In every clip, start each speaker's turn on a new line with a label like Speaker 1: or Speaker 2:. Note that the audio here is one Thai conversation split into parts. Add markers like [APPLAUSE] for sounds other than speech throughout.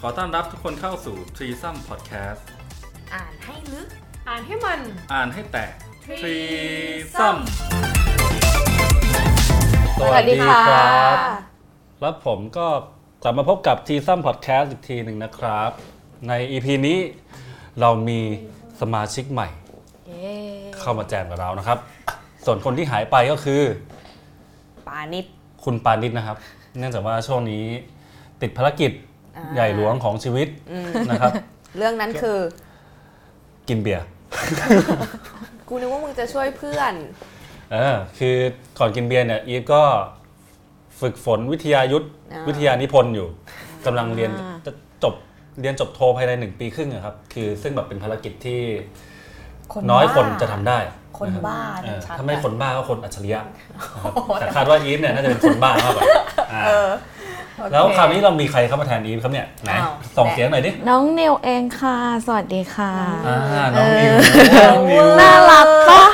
Speaker 1: ขอต้อนรับทุกคนเข้าสู่ t r e e s o m Podcast
Speaker 2: อ่านให้ลึก
Speaker 3: อ่านให้มัน
Speaker 1: อ่านให้แตก
Speaker 2: Threesome
Speaker 1: สวัสดีครับแล้วผมก็กลับมาพบกับ t r e e s o m Podcast อีกทีหนึ่งนะครับ ใน EP นี้เรามีสมาชิกใหม่
Speaker 2: เย้
Speaker 1: เข้ามาแจมกับเรานะครับ ส่วนคนที่หายไปก็คือ
Speaker 2: ปานิด
Speaker 1: คุณปานิชนะครับ เนื่องจากว่าช่วงนี้ติดภารกิจ
Speaker 2: อ่า
Speaker 1: ใหญ่หลวงของชีวิตนะครับ
Speaker 2: เรื่องนั้นคือ
Speaker 1: กินเบียร์
Speaker 2: กูนึกว่ามึงจะช่วยเพื่อน
Speaker 1: เออคือก่อนกินเบียร์เนี่ยอีฟก็ฝึกฝนวิทยายุทธ
Speaker 2: อ่า
Speaker 1: วิทยานิพนธ์อยู่กำลังเรียนจะจบเรียนจบโทภายในหนึ่งปีครึ่งอะครับ คือซึ่งแบบเป็นภารกิจที่น้อยคนจะทำได้
Speaker 3: คนบ้า
Speaker 1: เออ
Speaker 3: ชัดๆ
Speaker 1: ถ้าไม่
Speaker 3: อะ
Speaker 1: คนบ้าก็คนอัจฉริยะนะครับแต่คาดว่าอีฟเนี่ยน่าจะเป็นคนบ้ามากกว่าอ่าแล้วคราวนี้เรามีใครเข้ามาแทนอีฟครับเนี่ยไหน
Speaker 2: อ้าว
Speaker 1: ส่งเสียงหน่อยดิ
Speaker 4: น้องนิวเองค่ะ สวัสดีค่ะ
Speaker 1: อ่าน้องนิวน้องนิว
Speaker 4: น่ารักปะ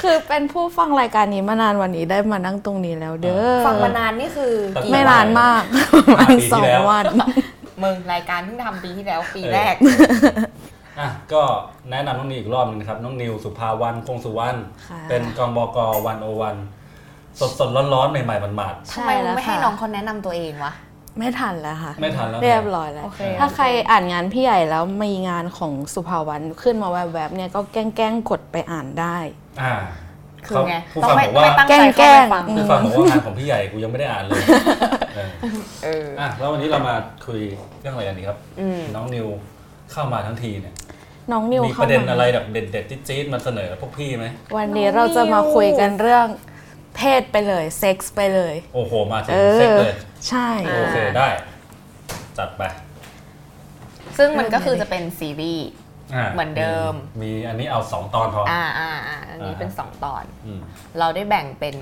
Speaker 4: คือเป็นผู้ฟังรายการนี้มานานวันนี้ได้มานั่งตรงนี้แล้วเด้อ
Speaker 3: ฟังมานานนี่คือกี่
Speaker 4: ไม่นานมากประมาณสองวัน
Speaker 3: มึงรายการเพิ่งทำปีที่แล้วปีแรก
Speaker 1: อ่ะก็แนะนำน้องนิวอีกรอบหนึงนะครับ น้องนิวสุภาวันคงสุวรรณ
Speaker 4: ค่ะ
Speaker 1: เป็นกองบกวันโอวันสดสดร้อนร้อนๆ ใหม่ๆหมาด
Speaker 3: ทำไมมึงไม่ให้น้องเขาแนะนำตัวเองวะ
Speaker 4: ไม่ทันแล้วค่ะ
Speaker 1: ไม่ทันแล้ว
Speaker 4: เรียบร้อยแล้ว
Speaker 3: โอเค
Speaker 4: ถ้าใครอ่านงานพี่ใหญ่แล้วมีงานของสุภาวันขึ้นมาแวบๆเนี่ยก็แกล้งๆกดไปอ่านได้
Speaker 1: ๆอ่า
Speaker 3: คือไง
Speaker 1: เขาผู้
Speaker 3: ต้อ
Speaker 1: ฟัง
Speaker 3: งไม่
Speaker 1: บอกว่า
Speaker 3: ไม่ตั้งใจ
Speaker 4: แกล้
Speaker 3: เข้าง ไป
Speaker 4: ๆ
Speaker 3: ฟัง
Speaker 1: ผู้ฟังบอกว่างานของพี่ใหญ่กูยังไม่ได้อ่านเลยเออ
Speaker 3: เออ
Speaker 1: อ่ะแล้ววันนี้เรามาคุยเรื่องอะไรกันดีครับ
Speaker 2: อืม
Speaker 1: น้องนิวเข้ามาทั้งทีเนี่ย
Speaker 4: น้องนิว
Speaker 1: มี
Speaker 4: เข้า
Speaker 1: ประเด็น
Speaker 4: มา
Speaker 1: อะไรแบบเด็ดๆที่จี๊ดมาเสนอพวกพี่ไหม
Speaker 4: วันนี้เราจะมาคุยกันเรื่องเพศไปเลย เซ็กส์ไปเลย
Speaker 1: โอ้โหมาถึ
Speaker 4: เอง
Speaker 1: เซ็ก
Speaker 4: อ
Speaker 1: เลย
Speaker 4: ใช่
Speaker 1: โอเคได้ จัดไป
Speaker 3: ซึ่งมันก็คือจะเป็นซีรีส์ เหมือนเดิม
Speaker 1: มีอันนี้เอา 2 ตอนพออ
Speaker 3: อ่าอ่าอ่าอันนี้เป็นสองตอน
Speaker 1: อืม
Speaker 3: เราได้แบ่งเป็น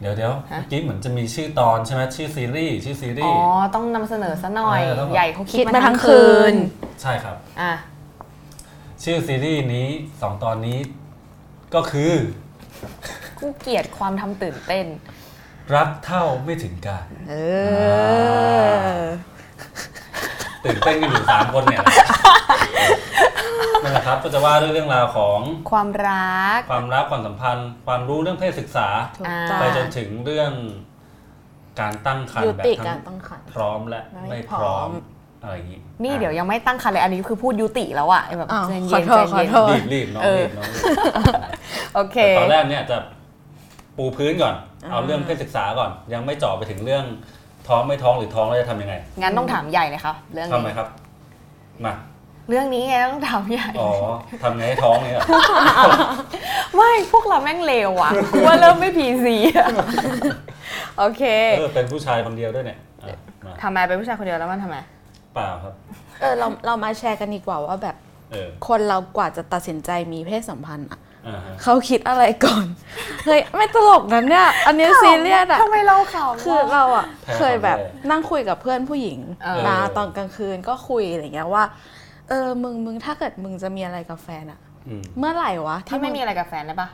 Speaker 1: เดี๋ยวเดี๋ยวเมื่อกี้เหมือนจะมีชื่อตอนใช่ไหมชื่อซีรีส์ชื่อซีรี
Speaker 3: อ๋อ
Speaker 1: ส์
Speaker 3: ต้องนำเสนอซะหน่อย
Speaker 1: เออต้องบอก
Speaker 3: ใหญ่เขาคิ
Speaker 4: คิ
Speaker 3: ด
Speaker 4: ด
Speaker 3: มา
Speaker 4: มา
Speaker 3: ทั้
Speaker 4: ทั้
Speaker 3: ง
Speaker 4: ง
Speaker 3: คื
Speaker 4: คื
Speaker 3: น
Speaker 4: น
Speaker 1: ใช่ครับ
Speaker 3: อ่ะ
Speaker 1: ชื่อซีรีส์นี้ 2 ตอนนี้ก็คือ
Speaker 3: กูเกลียดความทำตื่นเต้น
Speaker 1: รักเท่าไม่ถึงการ
Speaker 4: เออ
Speaker 1: ตื่นเต้นกันอยู่ 3 คนเนี่ยนั่นแหละครับก็จะว่าด้วยเรื่องราวของ
Speaker 3: ความรัก
Speaker 1: ความรักความสัมพันธ์ ความรู้เรื่องเพศศึกษา
Speaker 4: ถูก
Speaker 3: อ่า
Speaker 4: ต้อง
Speaker 1: ไปจนถึงเรื่องการตั้งครรภ์
Speaker 4: ยุ
Speaker 1: แบบ
Speaker 4: ติ
Speaker 1: ทั้
Speaker 4: กา
Speaker 1: ง
Speaker 4: รตั้งครรภ์
Speaker 1: พร้อมและ
Speaker 4: ไม่
Speaker 1: ไม่
Speaker 4: พร้
Speaker 1: พร้อ
Speaker 4: อ
Speaker 1: ม
Speaker 4: ม
Speaker 1: อะไรอย่างนี้
Speaker 3: นี่
Speaker 1: อ่ะ
Speaker 3: เดี๋ยวยังไม่ตั้งคันเลยอันนี้คือพูดยุติแล้วอะแบบ
Speaker 4: อ้าว
Speaker 3: ใจ
Speaker 4: ขอ
Speaker 3: เย็นใจ
Speaker 4: โทษขอ
Speaker 3: เย็น
Speaker 4: โทษ
Speaker 1: รีบรีบน้องรีบน้องรีบ
Speaker 3: โอเค
Speaker 1: แต่ตอนแรกเนี่ยจะปูพื้นก่อน เอาเรื่องเพศศึกษาก่อน ยังไม่เจาะไปถึงเรื่องท้องไม่ท้องหรือท้องแล้วจะทำยังไง
Speaker 3: งั้นต้องถามใหญ่เลยครับเรื่อง
Speaker 1: ทำไหม
Speaker 3: นี้
Speaker 1: ครับ มา
Speaker 3: เรื่องนี้ไงต้องถามใหญ่
Speaker 1: อ๋อทำไงให้ท้องเนี่ยเหรอ
Speaker 3: ไม่พวกเราแม่งเลวอะกูว่าเริ่มไม่พีซีอะโอเค
Speaker 1: เออเป็นผู้ชายคนเดียวด้วยเนี่ยอ่ะมา
Speaker 3: ทำไมเป็นผู้ชายคนเดียวแล้วมันทำไม
Speaker 1: เปล่าครับ
Speaker 4: เออเราเรามาแชร์กันดีกว่าว่าแบบ
Speaker 1: เออ
Speaker 4: คนเรากว่าจะตัดสินใจมีเพศสัมพันธ์อะ
Speaker 1: อ่าฮะ
Speaker 4: เขาคิดอะไรก่อน [LAUGHS] เฮ้ย ไม่ตลกนะเนี่ย อันนี้ซีเรียสอะ
Speaker 3: ทำไมเราขำ
Speaker 4: คือ
Speaker 3: วะ
Speaker 4: เราอะเคยแบบนั่งคุยกับเพื่อนผู้หญิง
Speaker 3: เออ
Speaker 4: นะตอนกลางคืนก็คุยอะไรเงี้ยว่า เออมึงมึงถ้าเกิดมึงจะมีอะไรกับแฟนอะ
Speaker 1: อืม
Speaker 4: เมื่อไหร่วะ
Speaker 3: ถ้าไม่
Speaker 4: ง
Speaker 3: มีอะไรกับแฟนได้ปะ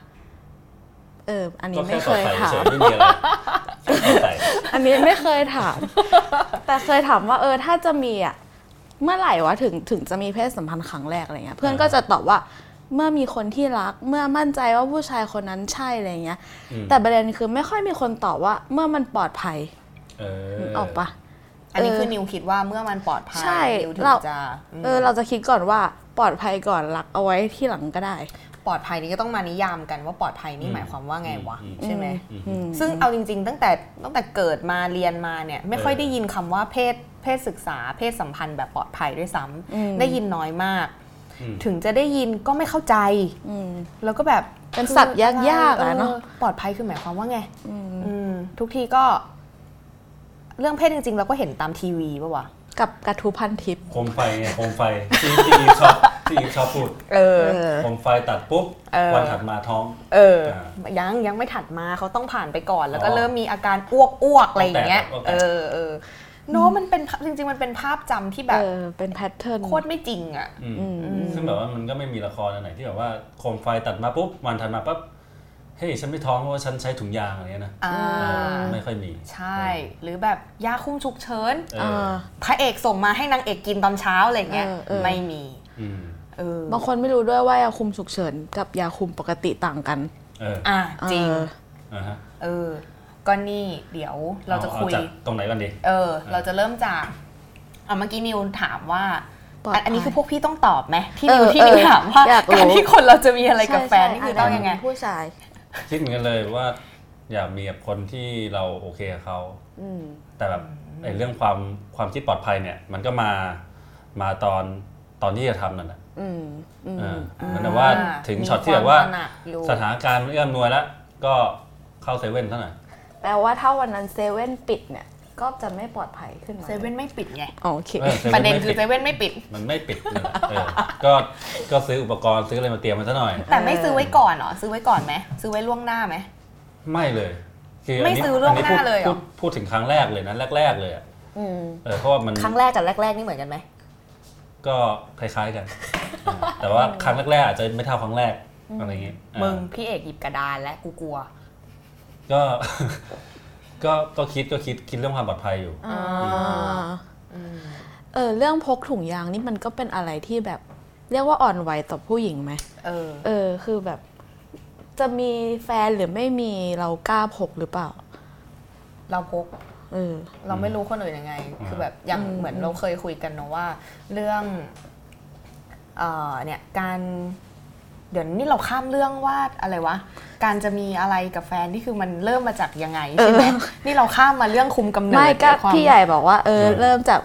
Speaker 4: เอออัน
Speaker 1: ก็
Speaker 4: นี้
Speaker 1: แค่
Speaker 4: ไม่
Speaker 1: ส
Speaker 4: เค
Speaker 1: อด
Speaker 4: ย
Speaker 1: ใส่
Speaker 4: ถา
Speaker 1: เฉย
Speaker 4: ม
Speaker 1: ไม่มีอะไรแค่สอดใส่
Speaker 4: อันนี้ไม่เคย
Speaker 3: [LAUGHS]
Speaker 4: ถาม แต่เคยถามว่าเออถ้าจะมีอ่ะเมื่อไหร่วะถึงถึงจะมีเพศสัมพันธ์ครั้งแรกอะไรเงี้ยเพื่อนก็จะตอบว่าเมื่อมีคนที่รักเมื่อมั่นใจว่าผู้ชายคนนั้นใช่อะไรเงี้ย
Speaker 1: อืม
Speaker 4: แต่ประเด็นคือไม่ค่อยมีคนตอบว่าเมื่อมันปลอดภัย
Speaker 1: เออ
Speaker 4: นึกออกปะ
Speaker 3: อันนี้
Speaker 4: เออ
Speaker 3: คือนิวคิดว่าเมื่อมันปลอดภัย
Speaker 4: ใช่
Speaker 3: นิวถึง
Speaker 4: เรา
Speaker 3: จะม
Speaker 4: เออเราจะคิดก่อนว่าปลอดภัยก่อนรักเอาไว้ที่หลังก็ได้
Speaker 3: ปลอดภัยนี่ก็ต้องมานิยามกันว่าปลอดภัยนี่หมายความว่าไงวะใช่ไหม
Speaker 4: อืม
Speaker 3: ซึ่งเอาจริง ๆ ตั้งแต่ตั้งแต่เกิดมาเรียนมาเนี่ยไม่ค่อยได้ยินคำว่าเพศเพศศึกษา เพศสัมพันธ์แบบปลอดภัยด้วยซ้ำ
Speaker 4: อืม
Speaker 3: ได้ยินน้อยมาก
Speaker 1: อืม
Speaker 3: ถึงจะได้ยินก็ไม่เข้าใจ
Speaker 4: อืม
Speaker 3: แล้วก็แบบ
Speaker 4: เป็นสัตว์
Speaker 3: คือย
Speaker 4: ากๆอะ
Speaker 3: ออ
Speaker 4: เนอะ
Speaker 3: ปลอดภัยคือหมายความว่าไง
Speaker 4: อืม
Speaker 3: อืม ทุกทีก็ เรื่องเพศจริง ๆ เราก็เห็นตามทีวีป่าวะ
Speaker 4: กับกระทูพันทิป
Speaker 1: โคมไฟไงโคมไฟ [LAUGHS] ที่ที่อีฟชอบที่อีฟชอบพูด
Speaker 3: เออ
Speaker 4: เออ
Speaker 1: โคมไฟตัดปุ๊บ
Speaker 3: เออ
Speaker 1: วันถัดมาท้อง
Speaker 3: เออ
Speaker 1: อ่
Speaker 3: ยังยังไม่ถัดมาเขาต้องผ่านไปก่อน แล้วก็
Speaker 1: อ๋อ
Speaker 3: เริ่มมีอาการอ้วกอ้วกๆอะไรอย่างเงี้ย
Speaker 1: ต้องแตก
Speaker 3: เอ
Speaker 1: ต้องแตก
Speaker 3: อเออโน้มันเป็นภาพจริง ๆ มันเป็นภาพจำที่แบบ
Speaker 4: เออเป็นแพทเทิร์น
Speaker 3: โคตรไม่จริงอ่ะ
Speaker 1: อืมซึ่งแบบว่ามันก็ไม่มีละครอันไหนที่แบบว่าโคมไฟตัดมาปุ๊บวันถัดมาปั๊บ เฮ้ยฉันไม่ท้องเพราะว่าฉันใช้ถุงยางอะไรเงี้ยนะ
Speaker 3: อ่า
Speaker 1: ไม่ค่อยมี
Speaker 3: ใช่ หรือแบบยาคุมฉุกเฉิน
Speaker 1: เอ
Speaker 4: เอ
Speaker 1: อ
Speaker 4: อ
Speaker 3: พระเอกส่งมาให้นางเอกกินตอนเช้าอะไรเงี้ย
Speaker 4: เออเออ
Speaker 3: ไม่มี
Speaker 1: อืม
Speaker 3: เออบ
Speaker 4: างคนไม่รู้ด้วยว่ายาคุมฉุกเฉินกับยาคุมปกติต่างกัน
Speaker 1: เออ
Speaker 3: อ่ะจริง
Speaker 4: เออ
Speaker 1: อ่าฮะ
Speaker 3: เออก็นี่เดี๋ยวเราจะ
Speaker 1: อ
Speaker 3: คุย
Speaker 1: อากตรงไหนกันดี
Speaker 3: เออ เราจะเริ่มจากอ่ะเมื่อกี้นิวถามว่า
Speaker 4: ปลอดภั
Speaker 3: อั
Speaker 4: ย
Speaker 3: นอันนี้คือพวกพี่ต้องตอบไหมที่
Speaker 4: เอ
Speaker 3: นิ
Speaker 4: อ
Speaker 3: วที่นิว
Speaker 4: เออ
Speaker 3: ถามว่า
Speaker 4: อยากรู้
Speaker 3: การที่คนเราจะมีอะไรกับแฟน
Speaker 4: ใช่
Speaker 3: นี่คือต้องยังไง
Speaker 4: เป็นผู้ชาย
Speaker 1: คิดเหมือนกันเลยว่าอยากมีกับคนที่เราโอเคกับเขา
Speaker 4: อืม
Speaker 1: แต่แบบไอ้เรื่องความความคิดปลอดภัยเนี่ย มันก็มามาตอนตอนที่จะทำนั่นแหละ
Speaker 4: อืม อืม
Speaker 1: เออเหมือนแบบว่าถึงช็อตที่แบบว่า
Speaker 3: มีความตระหนักอยู่
Speaker 1: สถานการณ์มันเอื้อมนวยแล้ว ก็เข้าเซเว่นซะหน่อย
Speaker 4: แปลว่าถ้าวันนั้นเซเว่นปิดเนี่ย ก็จะไม่ปลอดภัยขึ้นมา
Speaker 3: เซเว่นไม่ปิดไง
Speaker 4: อ๋อโอเค
Speaker 1: ออซว่
Speaker 3: ประเด็นคือเซ
Speaker 1: ไม่ปิ
Speaker 3: เว่นไม่ปิด
Speaker 1: มันไม่ปิดนั่นแหละ [LAUGHS] เออก็ก็ซื้ออุปกรณ์ซื้ออะไรมาเตรียมมันซะหน่อย
Speaker 3: แต่ไม่ซื้อไว้ก่อนเหรอซื้อไว้ก่อนไหมซื้อไว้ล่วงหน้าไหม
Speaker 1: ไม่เลยคือ
Speaker 3: ไม่
Speaker 1: นนี้
Speaker 3: ซื้อล่วง
Speaker 1: นนี้
Speaker 3: หน้า
Speaker 1: พูด
Speaker 3: เลยเหร
Speaker 1: พู
Speaker 3: อ
Speaker 1: ดพูดถึงครั้งแรกเลยนะแรก ๆ เลยอะเออเพราะว่ามัน
Speaker 3: ครั้งแรกกับแรกๆนี่เหมือนกันไหม
Speaker 1: ก็คล้ายๆกัน แต่ว่าครั้งแรกๆอาจจะไม่เท่าครั้งแรกอะไรอย่างเงี้ย
Speaker 3: มึง
Speaker 1: อ่า
Speaker 3: พี่เอกหยิบกระดานและกูกลัว
Speaker 1: ก็ [LAUGHS] ก็ ก็คิด ก็คิด คิดเรื่องความปลอดภัยอยู่
Speaker 4: อ่าเออเรื่องพกถุงยางนี่มันก็เป็นอะไรที่แบบ เรียกว่าอ่อนไหวต่อผู้หญิงไหม
Speaker 3: เออ
Speaker 4: เออ คือแบบ จะมีแฟนหรือไม่มีเรากล้าพกหรือเปล่า
Speaker 3: เราพก
Speaker 4: เออ
Speaker 3: เราไม่รู้คนอื่นยังไง
Speaker 1: อ่า
Speaker 3: คือแบบอย่างเหมือนเราเคยคุยกันเนอะว่า เรื่องเอ่อเนี่ยการเดี๋ยวนี้เราข้ามเรื่องว่าอะไรวะ การจะมีอะไรกับแฟนนี่คือมันเริ่มมาจากยังไงใช่ไหม
Speaker 4: เออ
Speaker 3: นี่เราข้ามมาเรื่องคุมกำเนิด
Speaker 4: ไม่ก็
Speaker 3: ความ
Speaker 4: พี่ใหญ่บอกว่าเอ
Speaker 1: เอ
Speaker 4: อ
Speaker 1: อ
Speaker 4: เริ่มจาก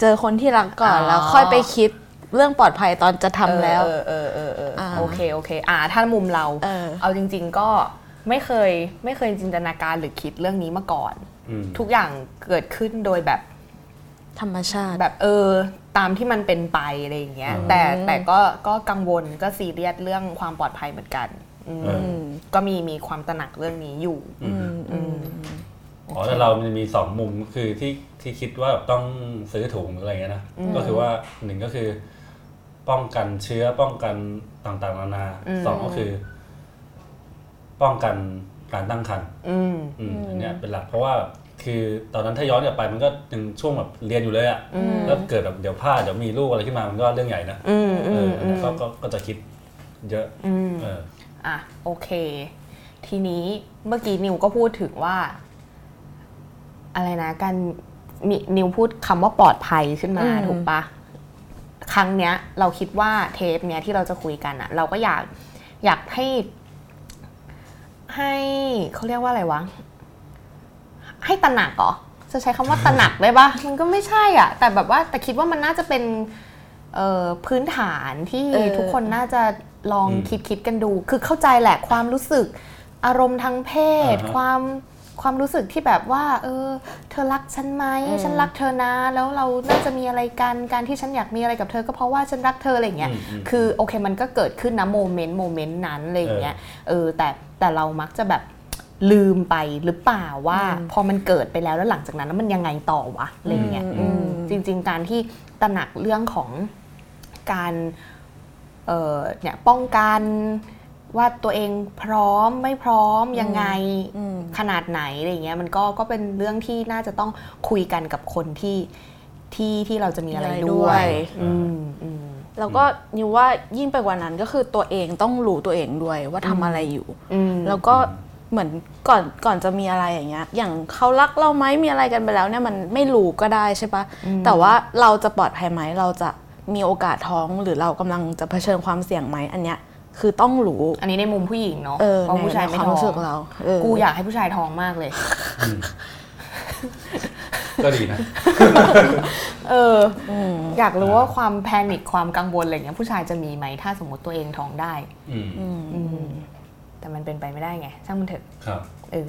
Speaker 4: เจอคนที่รักก่อน
Speaker 3: อ๋อ
Speaker 4: แล้วค่อยไปคิดเรื่องปลอดภัยตอนจะทำแล้ว
Speaker 3: เออเออเออเออเอออา โอเคโอเค อ่าถ้ามุมเรา
Speaker 4: เออ
Speaker 3: จริง ๆ ก็ไม่เคยไม่เคยจินตนาการหรือคิดเรื่องนี้มาก่อน
Speaker 1: อืม
Speaker 3: ทุกอย่างเกิดขึ้นโดยแบบ
Speaker 4: ธรรมชาติ
Speaker 3: แบบเออตามที่มันเป็นไปอะไรอย่างเงี้ย
Speaker 1: อืม
Speaker 3: แต่แต่ก็ก็กังวลก็ซีเรียสเรื่องความปลอดภัยเหมือนกันอืม
Speaker 1: เออ
Speaker 3: ก็มีมีความตระหนักเรื่องนี้อยู่
Speaker 1: อืม
Speaker 3: อืม
Speaker 1: อ๋อแต่เรามันมีสองมุมคือที่ ที่คิดว่าแบบต้องซื้อถุงหรืออะไรเงี้ยนะ ก็คือว่าหนึ่งก็คือ ป้องกันเชื้อ ป้องกันต่างๆ นานา สองก็คือ ป้องกันการตั้งครรภ์
Speaker 3: อืม
Speaker 1: อืมอันเนี้ยเป็นหลักเพราะว่าคือตอนนั้นถ้าย้อนกลับไปมันก็ยังช่วงแบบเรียนอยู่เลยอะแล้วเกิดแบบเดี๋ยวพลาดเดี๋ยวมีลูกอะไรขึ้นมามันก็เรื่องใหญ่นะ
Speaker 3: อืม
Speaker 1: เอ
Speaker 3: อื
Speaker 1: อ
Speaker 3: ม
Speaker 1: อันเนี้ยก็ก็ก็จะคิดเยอะ
Speaker 3: อืม
Speaker 1: เออ
Speaker 3: อ่ะโอเค ทีนี้เมื่อกี้นิวก็พูดถึงว่า อะไรนะการมีนิวพูดคำว่าปลอดภัยขึ้นมา
Speaker 4: อืม
Speaker 3: ถูกปะครั้งเนี้ย เราคิดว่าเทปเนี้ยที่เราจะคุยกันอะเราก็อยากอยากให้ ให้เขาเรียกว่าอะไรวะ ให้ตระหนักเหรอ จะใช้คำ
Speaker 4: [LAUGHS]
Speaker 3: ว่าตระหนักได้ปะมันก็ไม่ใช่อ่ะ แต่แบบว่าแต่คิดว่ามันน่าจะเป็นเอ่อพื้นฐานที่
Speaker 4: เออ
Speaker 3: ทุกคนน่าจะลอง
Speaker 1: อืม
Speaker 3: คิดคิดกันดู คือเข้าใจแหละความรู้สึก อารมณ์ทางเพศ
Speaker 1: อ่าฮะ
Speaker 3: ความความรู้สึกที่แบบว่า เออ เธอรักฉันไหมฉันรักเธอนะ แล้วเราน่าจะมีอะไรกันการที่ฉันอยากมีอะไรกับเธอ ก็เพราะว่าฉันรักเธออะไรอย่างเงี้ย
Speaker 1: อืมอืม
Speaker 3: คือโอเคมันก็เกิดขึ้นนะโมเมนต์โมเมนต์นั้นอะไรอย่างเงี้ยเออแต่แต่เรามักจะแบบลืมไปหรือเปล่าว่า พอมันเกิดไปแล้วแล้วหลังจากนั้นแล้วมันยังไงต่อวะอะไรอย่างเงี้ย
Speaker 4: อืม
Speaker 3: อืมจริง ๆ การที่ตระหนักเรื่องของการเออเนี่ยป้องกันว่าตัวเองพร้อมไม่พร้อมยังไง
Speaker 4: อืม
Speaker 3: ขนาดไหนอะไรเงี้ยมันก็ก็เป็นเรื่องที่น่าจะต้องคุยกันกับคนที่ที่ที่เราจะมีอะไร
Speaker 4: มีอะไรด้
Speaker 3: ด้ว
Speaker 4: วย ย
Speaker 3: อืมอืม
Speaker 4: แล้วก็นิวว่ายิ่งไปกว่านั้นก็คือตัวเองต้องรู้ตัวเองด้วยว่าทำอะไรอยู่
Speaker 3: อืม
Speaker 4: แล้วก็เหมือนก่อนก่อนจะมีอะไรอย่างเงี้ย อย่างเขารักเราไหมมีอะไรกันไปแล้วเนี่ยมันไม่รู้ก็ได้ใช่ปะแต่ว่าเราจะปลอดภัยไหมเราจะมีโอกาสท้องหรือเรากำลังจะเผชิญความเสี่ยงไหมอันเนี้ยคือต้องรู้
Speaker 3: อันนี้ในมุมผู้หญิงเนาะ
Speaker 4: เออ
Speaker 3: เพราะ
Speaker 4: ใน
Speaker 3: ผู้ชาย
Speaker 4: ใน
Speaker 3: ไม่
Speaker 4: ความ
Speaker 3: ท้อง
Speaker 4: รู้สึกเราเออ
Speaker 3: กูอยากให้ผู้ชายท้องมากเลย
Speaker 1: ก็ดีนะ
Speaker 3: เออ
Speaker 4: อืม
Speaker 3: อยากรู้ว่าความแพนิคความกังวลอะไรเงี้ยผู้ชายจะมีไหมถ้าสมมติตัวเองท้องได้
Speaker 1: อืม
Speaker 4: อืม
Speaker 3: อืม แต่มันเป็นไปไม่ได้ไงช่างมันเถอะ
Speaker 1: ครับ
Speaker 3: เออ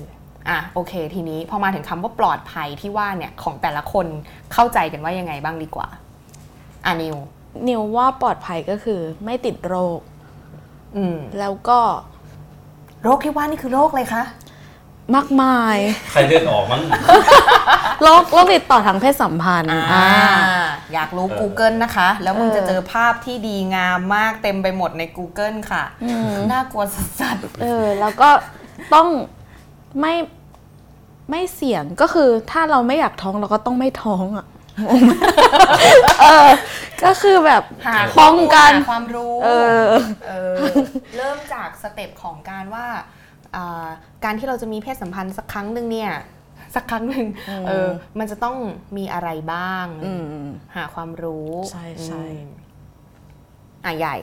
Speaker 3: อ่ะโอเค ทีนี้พอมาถึงคำว่าปลอดภัยที่ว่าเนี่ยของแต่ละคนเข้าใจกันว่ายังไงบ้างดีกว่าอ่ะนิว
Speaker 4: นิวว่าปลอดภัยก็คือไม่ติดโรค
Speaker 3: อืม
Speaker 4: แล้วก็
Speaker 3: โรคที่ว่านี่คือโรคเลยคะ
Speaker 4: มากมาย
Speaker 1: ใครเลือดออกมั้ง
Speaker 4: โรคโรคติดต่อทางเพศสัมพันธ์
Speaker 3: อ่า
Speaker 4: อ่า
Speaker 3: อยากรู้ Google นะคะ แล้วมึงจะเจอภาพที่ดีงามมากเต็มไปหมดใน Google ค่ะ น่ากลัวสัส
Speaker 4: เออแล้วก็ต้องไม่ไม่เสี่ยงก็คือถ้าเราไม่อยากท้องเราก็ต้องไม่ท้องอ่ะ [LAUGHS] เออก็คือแบบ
Speaker 3: ๆหาข้
Speaker 4: ป้
Speaker 3: อ
Speaker 4: อง
Speaker 3: มูล
Speaker 4: กัน
Speaker 3: หาความรู้
Speaker 4: เออ
Speaker 3: เออ เริ่มจากสเต็ปของการว่าเอ่อการที่เราจะมีเพศสัมพันธ์สักครั้งหนึ่งเนี่ย สักครั้งหนึ่ง
Speaker 4: อืม
Speaker 3: เออมันจะต้องมีอะไรบ้าง
Speaker 4: อืม
Speaker 3: หาความรู้
Speaker 4: ใช่ใช่
Speaker 3: อืมอ่ะใหญ่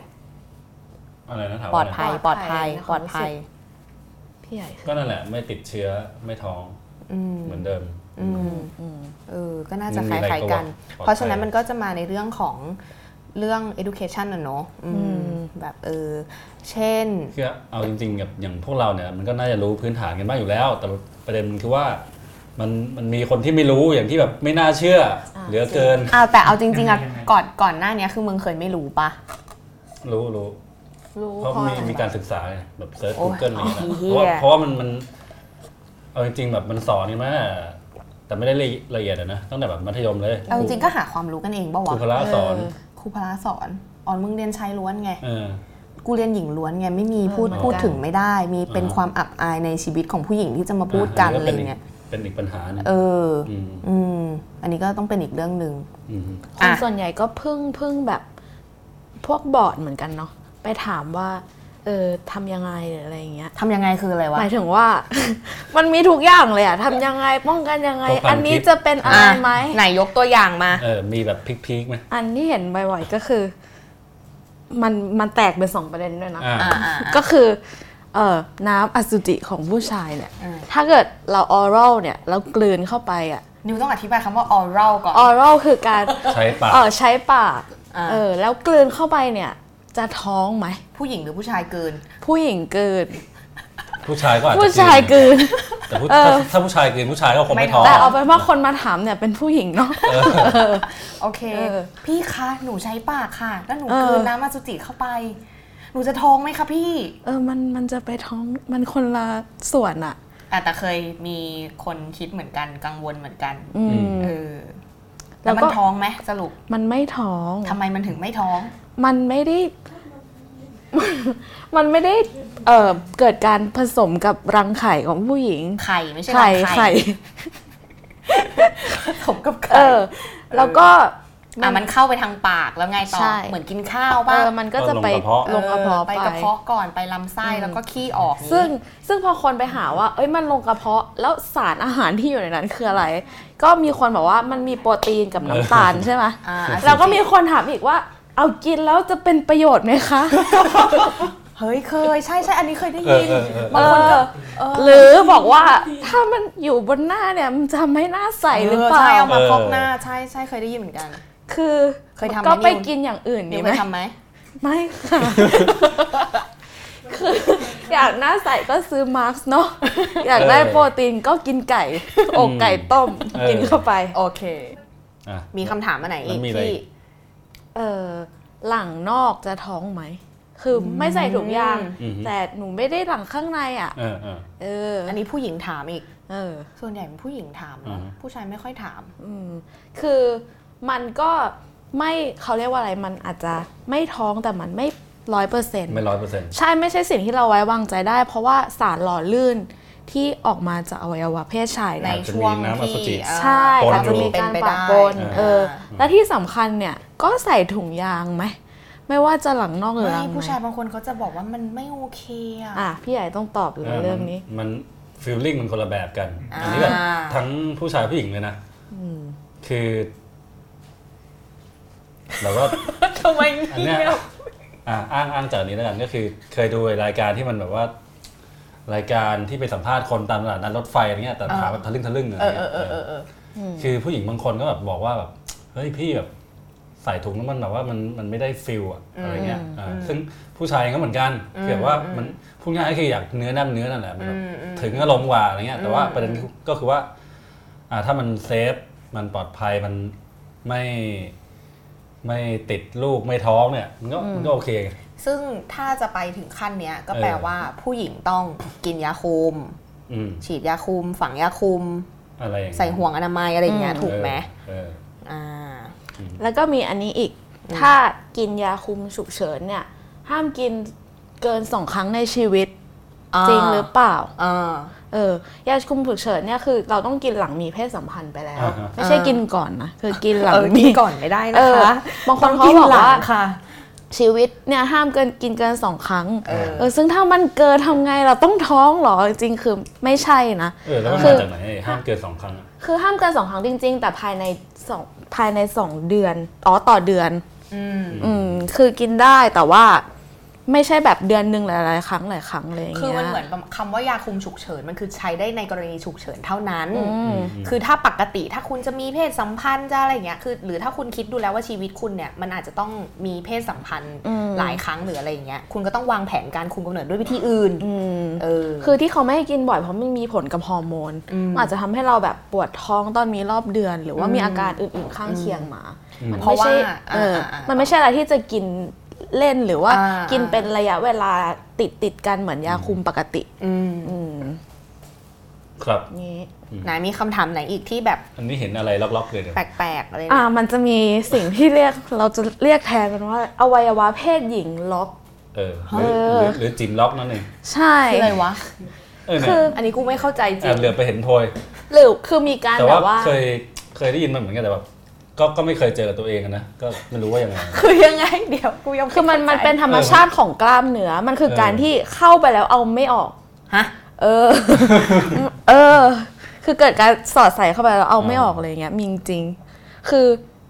Speaker 1: อะไรนะถาม
Speaker 3: ปลอ
Speaker 1: ว่า
Speaker 3: ด
Speaker 1: อะไร
Speaker 3: ภัยปลอดภัยปลอดภัย
Speaker 4: พี่ใหญ่
Speaker 1: ก็นั่นแหละไม่ติดเชื้อไม่ท้อง
Speaker 3: อืม
Speaker 1: เหมือนเดิม
Speaker 3: อืม
Speaker 4: อืม
Speaker 3: เออ ก็น่าจะ
Speaker 1: มัน
Speaker 3: ค
Speaker 1: มีหลาย
Speaker 3: ล้าย
Speaker 1: ตัว
Speaker 3: ๆกัน
Speaker 1: ปลอดภัย
Speaker 3: เพราะฉะนั้นมันก็จะมาในเรื่องของเรื่อง education น่ะเนอะอืม
Speaker 4: อืม
Speaker 3: แบบเออ เช่น
Speaker 1: คือเอาจริงๆกับอย่างพวกเราเนี่ยมันก็น่าจะรู้พื้นฐานกันบ้างอยู่แล้ว แต่ประเด็นคือว่ามันมันมีคนที่ไม่รู้อย่างที่แบบไม่น่าเชื่ออเหลือเกิน
Speaker 3: อ้าวแต่เอาจริง ๆอะ
Speaker 5: ยังไงยังไง
Speaker 3: ก่อนก่อนหน้าเนี้ยคือมึงเคยไม่รู้ปะ
Speaker 1: รู้รู้
Speaker 2: รู้
Speaker 1: เพราะ
Speaker 2: พอ
Speaker 1: มีมีการศึกษาไงแบบเซิร์ช
Speaker 3: โอ้
Speaker 1: กู
Speaker 3: ย
Speaker 1: เกิลอะไรอย่าง
Speaker 3: เหี้
Speaker 1: เงี้ยเพราะว่าเพ
Speaker 3: ย
Speaker 1: ราะว่ามันมันเอาจริงๆแบบมันสอนนี่มาแต่ไม่ได้ละเอียดอะนะตั้งแต่แบบมัธยมเลย
Speaker 3: เอาจริงๆก็หาความรู้กันเองปะ
Speaker 1: ครู
Speaker 3: วะ
Speaker 1: พละสอน
Speaker 3: ครูพละสอนอ๋อมึงเรียนชายล้วนไง
Speaker 1: เออ
Speaker 3: กูเรียนหญิงล้วนไงไม่มีพูด
Speaker 1: เหมือนกัน
Speaker 3: พูดถึงไม่ได้ มีเป็น
Speaker 1: อ่า
Speaker 3: ความอับอายในชีวิตของผู้หญิงที่จะมาพูดกันอะไรเงี้ย
Speaker 1: เป็นอีกปัญหาหนึง
Speaker 3: เออ
Speaker 1: ม
Speaker 3: อืมอันนี้ก็ต้องเป็นอีกเรื่องหนึ่ง
Speaker 1: อืม
Speaker 4: คน
Speaker 3: อ่ะ
Speaker 4: ส่วนใหญ่ก็พึ่งพึ่งแบบพวกบอร์ดเหมือนกันเนาะไปถามว่า เออทำยังไงหรืออะไรอย่างเงี้ย
Speaker 3: ทำยังไงคืออะไรวะ
Speaker 4: หมายถึงว่า [LAUGHS] มันมีทุกอย่างเลยอะทำยังไงป้องกันยังไง
Speaker 1: ป้องกัน
Speaker 4: อันนี้
Speaker 1: พิษ
Speaker 4: จะเป็นอะไร
Speaker 3: อ่ะ
Speaker 4: ไหม
Speaker 3: ไหนยกตัวอย่างมา
Speaker 1: เออมีแบบพีคๆไหม
Speaker 4: อันที่เห็นบ่อยๆก็คือ มันมันแตกเป็นสองประเด็นด้วยนะ
Speaker 1: อ่า
Speaker 3: อ่าอ่า
Speaker 4: ก็คือ เอ่อน้ำอสุจิของผู้ชายเนี่ย
Speaker 3: อืม
Speaker 4: ถ้าเกิดเราออรัลเนี่ยเรากลืนเข้าไปอะ
Speaker 3: นิวต้องอธิบายคำว่า oral ก่อน
Speaker 4: ออรัลคือการ
Speaker 1: ใช้ปาก
Speaker 4: เออใช้ปาก
Speaker 3: อ่า
Speaker 4: เออแล้วกลืนเข้าไปเนี่ย จะท้องไหม
Speaker 3: ผู้หญิงหรือผู้ชายเกิน
Speaker 4: ผู้หญิงกลืน
Speaker 1: ผู้ชายก็อาจจะ
Speaker 4: ผู้ชายกลืน
Speaker 1: แต่ผู้
Speaker 4: เออ
Speaker 1: ถ้าถ้าผู้ชายกลืนผู้ชายก็คงไม่ท้อง
Speaker 4: แต่เอาไปนว่าคนมาถามเนี่ยเป็นผู้หญิงเนาะ
Speaker 3: โอเค
Speaker 4: เออ
Speaker 3: พี่คะหนูใช้ปากค่ะ แล้วหนู
Speaker 4: เออ
Speaker 3: เกินน้ำอสุจิเข้าไป หนูจะท้องไหมคะพี่
Speaker 4: เออมันมันจะไปท้องมันคนละส่วนอะ
Speaker 3: อ่ะแต่เคยมีคนคิดเหมือนกันกังวลเหมือนกัน
Speaker 4: อื
Speaker 1: อื
Speaker 4: ม
Speaker 1: ม
Speaker 3: เออแล้วมัน
Speaker 4: แล้วก็
Speaker 3: ท้องไหมสรุป
Speaker 4: มันไม่ท้อง
Speaker 3: ทำไมมันถึงไม่ท้อง
Speaker 4: มันไม่ได้ [LAUGHS] มันไม่ได้เอ่อเกิดการผสมกับรังไข่ของผู้หญิง
Speaker 3: ไข่ไม่ใช่
Speaker 4: ไข่
Speaker 3: รัง
Speaker 4: ไข่
Speaker 3: ผสมกับไข่
Speaker 4: เออ แล้วก็
Speaker 3: อ่ะมันเข้าไปทางปากแล้วไงต่อ
Speaker 4: ใช่
Speaker 3: เหมือนกินข้าว
Speaker 4: เอ
Speaker 3: ป่ะ
Speaker 4: อมันก็จะไป
Speaker 1: ก็
Speaker 4: ลงกระเพาะ
Speaker 3: ออไป
Speaker 4: ไป
Speaker 3: กระเพาะก่อนไปลำไส้
Speaker 4: อืม
Speaker 3: แล้วก็ขี้ออก
Speaker 4: ซึ่งซึ่งพอคนไปหาว่า เอ้ยมันลงกระเพาะแล้วสารอาหารที่อยู่ในนั้นคืออะไร ก็มีคนบอกว่ามันมีโปรตีนกับน้ำตาลใช่ไหม
Speaker 3: อ่ะ
Speaker 4: แล้วก็มีคนถามอีกว่า เอากินแล้วจะเป็นประโยชน์ไหมคะ
Speaker 3: [LAUGHS] เฮ้ยเคยใช่ใช่อันนี้เคยได้
Speaker 1: เออ
Speaker 3: ยิน
Speaker 1: เออเออ
Speaker 4: เออหรือบอกว่าถ้ามันอยู่บนหน้าเนี่ยมันจะทำให้หน้าใสหรือเปล่า
Speaker 3: ใช่เอามา
Speaker 1: เออ
Speaker 3: พอกหน้าใช่ใช่เคยได้ยินเหมือนกัน
Speaker 4: คือ
Speaker 3: เคยทำไหม
Speaker 4: ก็ไป
Speaker 3: นิว
Speaker 4: กินอย่างอื่น
Speaker 3: นิ
Speaker 4: ดี
Speaker 3: ว
Speaker 4: ไห
Speaker 3: เค
Speaker 4: ม
Speaker 3: ยทำไหม
Speaker 4: ไม่ค่ะ [LAUGHS] คืออยากหน้าใสก็ซื้อมาร์กเนาะอยากได้โปรตีนก็กินไก่อกไก่ต้ม
Speaker 1: เออ
Speaker 4: กินเข้าไป
Speaker 3: โอเค
Speaker 1: อ่ะ
Speaker 3: มีคำถามอันไหนอีก
Speaker 1: มันมีอะไร
Speaker 3: ที่
Speaker 4: เออหลังนอกจะท้องไหม คืออไม่ใส่ถุงยาง
Speaker 1: อืม
Speaker 4: แต่หนูไม่ได้หลังข้างในอ่ะ
Speaker 1: เออเออ
Speaker 4: เออ
Speaker 3: อันนี้ผู้หญิงถามอีก
Speaker 4: เออ
Speaker 3: ส่วนใหญ่เป็นผู้หญิงถาม
Speaker 1: อ่า
Speaker 3: นะผู้ชายไม่ค่อยถาม
Speaker 4: อืมคือมันก็ไม่เขาเรียกว่าอะไรมันอาจจะไม่ท้องแต่มันไม่ร้อยเปอร์เซ็นต์
Speaker 1: ไม่ร้อยเปอร์เซ็นต์
Speaker 4: ใช่ไม่ใช่สิ่งที่เราไว้วางใจได้ เพราะว่าสารหล่อลื่นที่ออกมาจากอวัยวะเพศชาย
Speaker 3: ใน
Speaker 4: เนี่ย
Speaker 1: าจจะ
Speaker 3: ช่
Speaker 1: มี
Speaker 3: วง
Speaker 1: น้ำอสุจิ
Speaker 3: ที่อ่า
Speaker 4: ใช่
Speaker 1: ปน
Speaker 4: อาจจะ
Speaker 3: มี
Speaker 4: มี
Speaker 3: เป็น
Speaker 4: การ
Speaker 3: ไป
Speaker 4: ปะ
Speaker 3: ได้
Speaker 4: ปนเออ
Speaker 3: า
Speaker 4: และที่สำคัญเนี่ยก็ใส่ถุงยางไหมไม่ว่าจะหลังนอกหรือหลั
Speaker 3: ไม่
Speaker 4: งใน
Speaker 3: ผู้ชายบางคนเขาจะบอกว่ามันไม่โอเคอะ
Speaker 4: อ่ะพี่ใหญ่ต้องตอบอยู่ในเรื่องนี้
Speaker 1: มันฟิลลิ่งมันคนละแบบกัน อันนี้แบบ
Speaker 3: า
Speaker 1: ทั้งผู้ชายผู้หญิงเลยนะ คือแบบว่า
Speaker 3: ทำไม
Speaker 1: อันเนี้ยอ่ะอ้างอ้างจากนี้แล้วกันก็คือเคยดูรายการที่มันแบบว่า รายการที่ไปสัมภาษณ์คนตามตลาดนัดรถไฟอะไรเงี้ยแต่ถามแบบทะลึ่งทะลึ่งอะไร
Speaker 3: เออ
Speaker 1: เงี้ย
Speaker 3: เออเออเออเออ
Speaker 1: คือผู้หญิงบางคนก็แบบบอกว่าแบบเฮ้ยพี่แบบใส่ถุงแล้วมันแบบว่ามันมันไม่ได้ฟิลอะอะไรเงี้ยอ่าซึ่งผู้ชายก็เหมือนกันคือแบบว่ามันพูดง่ายๆคืออยากเนื้อแน่นเนื้อนั่นแหละมันแบบถึงอารมณ์กว่าอะไรเงี้ยแต่ว่าประเด็นก็คือว่าอ่าถ้ามันเซฟมันปลอดภัยมันไม่ไม่ติดลูกไม่ท้องเนี่ยมันก็มันก็โอเค
Speaker 3: ซึ่งถ้าจะไปถึงขั้นเนี้ยก็
Speaker 1: เออ
Speaker 3: แปลว่าผู้หญิงต้องกินยาคุม
Speaker 1: อืม
Speaker 3: ฉีดยาคุม ฝังยาคุม
Speaker 1: อะไรอย่างเงี้ย
Speaker 3: ใส่ห่วงอนามัยอะไรอย่างเงี้ย
Speaker 4: อืม
Speaker 3: ถูกไหม
Speaker 1: เออ
Speaker 3: อ่า
Speaker 4: แล้วก็มีอันนี้อีก ถ้ากินยาคุมฉุกเฉินเนี่ย ห้ามกินเกินสองครั้งในชีวิต
Speaker 3: อ่า
Speaker 4: จริงหรือเปล่า
Speaker 3: อ่า
Speaker 4: เออยาคุมฉุกเฉินเนี่ยคือเราต้องกินหลังมีเพศสัมพันธ์ไปแล้ว
Speaker 1: อ่าฮะ
Speaker 4: ไม่ใช่กินก่อนนะคือกินหลัง
Speaker 3: เออ
Speaker 4: มี
Speaker 3: กินก่อนไม่ได้
Speaker 4: เอ
Speaker 3: นะ
Speaker 4: อ
Speaker 3: คะ
Speaker 4: บางคน
Speaker 3: ต้
Speaker 4: เขา
Speaker 3: กิน
Speaker 4: บอก
Speaker 3: หลัง
Speaker 4: ว่า
Speaker 3: ค่ะ
Speaker 4: ชีวิตเนี่ยห้ามเกินกินเกินสองครั้ง
Speaker 1: เออ
Speaker 4: เออซึ่งถ้ามันเกินทำไงเราต้องท้องเหรอจริงๆคือไม่ใช่นะ
Speaker 1: เออแล้วมัน
Speaker 4: คื
Speaker 1: มา
Speaker 4: อ
Speaker 1: จากไหนไอ้ห้ามเกินสองครั้งอะ
Speaker 4: คือห้ามเกินสองครั้งจริง ๆ แต่ภายในสองภายในสองเดือนอ๋อต่อเดือน
Speaker 3: อืม
Speaker 4: อืมคือกินได้แต่ว่าไม่ใช่แบบเดือนหนึ่งหลายๆครั้งหลายครั้งเลยย่าง
Speaker 3: คือ
Speaker 4: งี้ย
Speaker 3: มันเหมือนคำว่ายาคุมฉุกเฉิน มันคือใช้ได้ในกรณีฉุกเฉินเท่านั้น
Speaker 4: อืม
Speaker 3: คือถ้าปกติถ้าคุณจะมีเพศสัมพันธ์จะอะไรอย่างเงี้ยคือ หรือถ้าคุณคิดดูแล้วว่าชีวิตคุณเนี่ยมันอาจจะต้องมีเพศสัมพันธ์
Speaker 4: อืม
Speaker 3: หลายครั้งหรืออะไรอย่างเงี้ยคุณก็ต้องวางแผนการคุมกำเนิดด้วยวิธีอื่น
Speaker 4: อืม
Speaker 3: เออ
Speaker 4: คือที่เขาไม่ให้กินบ่อยเพราะมันมีผลกับฮอร์โมน
Speaker 3: อืม
Speaker 4: นอาจจะทำให้เราแบบปวดท้องตอนมีรอบเดือน หรือว่า
Speaker 3: อืม
Speaker 4: มีอาการอื่นๆข้างเคียงมา มัน
Speaker 3: เพราะ
Speaker 4: ไม่ใช่
Speaker 3: ว่า
Speaker 4: เอออา
Speaker 3: อ่าอ่ามั
Speaker 4: มันไม่ใช่อะไรที่จะกินเล่นหรือว่า
Speaker 3: อ่า
Speaker 4: กินเป็นระยะเวลาติดติดๆกันเหมือนยาคุมปกติ
Speaker 3: อืม
Speaker 4: อืม
Speaker 1: ครับ
Speaker 4: นี้
Speaker 3: ไหนมีคำถามไหนอีกที่แบบ
Speaker 1: อันนี้เห็นอะไรล็อกๆเลยเดี๋ยว
Speaker 3: แปลกๆอะไร
Speaker 4: อ่า
Speaker 3: เนี่ย
Speaker 4: มันจะมีสิ่งที่เรียกเราจะเรียกแทนมันว่า อวัยวะเพศหญิงล็อก
Speaker 1: เออหรือ
Speaker 4: เออ
Speaker 1: หรือหรือจินล็อกนั่นเอง
Speaker 4: ใช่
Speaker 3: คืออะไรวะ
Speaker 1: เออเนี่
Speaker 4: คื
Speaker 1: ย
Speaker 4: อ
Speaker 3: อันนี้กูไม่เข้าใจจริ
Speaker 1: แอบ
Speaker 3: ง
Speaker 1: เหลือไปเห็นโพย
Speaker 4: หรือคือมีการ
Speaker 1: แต่
Speaker 4: แบ
Speaker 1: ว่า
Speaker 4: บว่า
Speaker 1: เคยเคยได้ยินมันเหมือนกันแต่แบบก็ก็ไม่เคยเจอกับตัวเองอะนะก็ไม่รู้ว่ายังไง
Speaker 3: [LAUGHS] คือยังไงเดี๋ยวกูยังไ
Speaker 4: คือมันมันเป็นธรรมชาติของกล้ามเนื้อ มันคือ
Speaker 1: เออ
Speaker 4: การที่เข้าไปแล้วเอาไม่ออก
Speaker 3: ฮะ
Speaker 4: เออ [LAUGHS] เออ คือเกิดการสอดใส่เข้าไปแล้วเอาไม่ออกเลยเงี้ยมีจริงๆคือ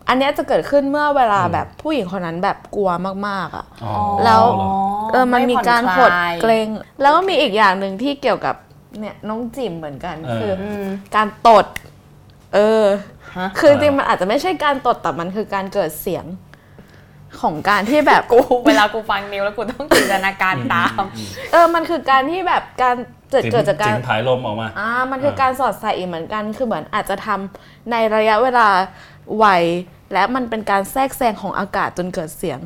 Speaker 4: อันเนี้ยจะเกิดขึ้นเมื่อเวลาแบบผู้หญิงคนนั้นแบบกลัวมากๆอ่ะ
Speaker 1: อ๋อ
Speaker 4: แล้ว
Speaker 1: เหรอ
Speaker 4: เออ มันมีการหด
Speaker 3: ไผ่อนคลาย
Speaker 4: เกรง แล้วก็มีอีกอย่างหนึ่งที่เกี่ยวกับเนี่ยน้องจิมเหมือนกันคือ
Speaker 3: อืม
Speaker 4: การตด เออ
Speaker 3: ฮะ
Speaker 4: คือจริงๆมันอาจจะไม่ใช่การตดแต่มันคือการเกิดเสียงของการที่แบบ
Speaker 3: กูเวลากูฟังนิวแล้วกูต้องจินตนาการตาม
Speaker 4: เออ มันคือการที่แบบการเกิด
Speaker 1: จิ๋ม
Speaker 4: เกิดจากกา
Speaker 1: จิ๋
Speaker 4: ร
Speaker 1: มผายลมออกมา
Speaker 4: อ่า มันคืออา การสอดใส่อีกเหมือนกัน คือเหมือนอาจจะทำในระยะเวลาไวัยและมันเป็นการแทรกแซงของอากาศจนเกิดเสียง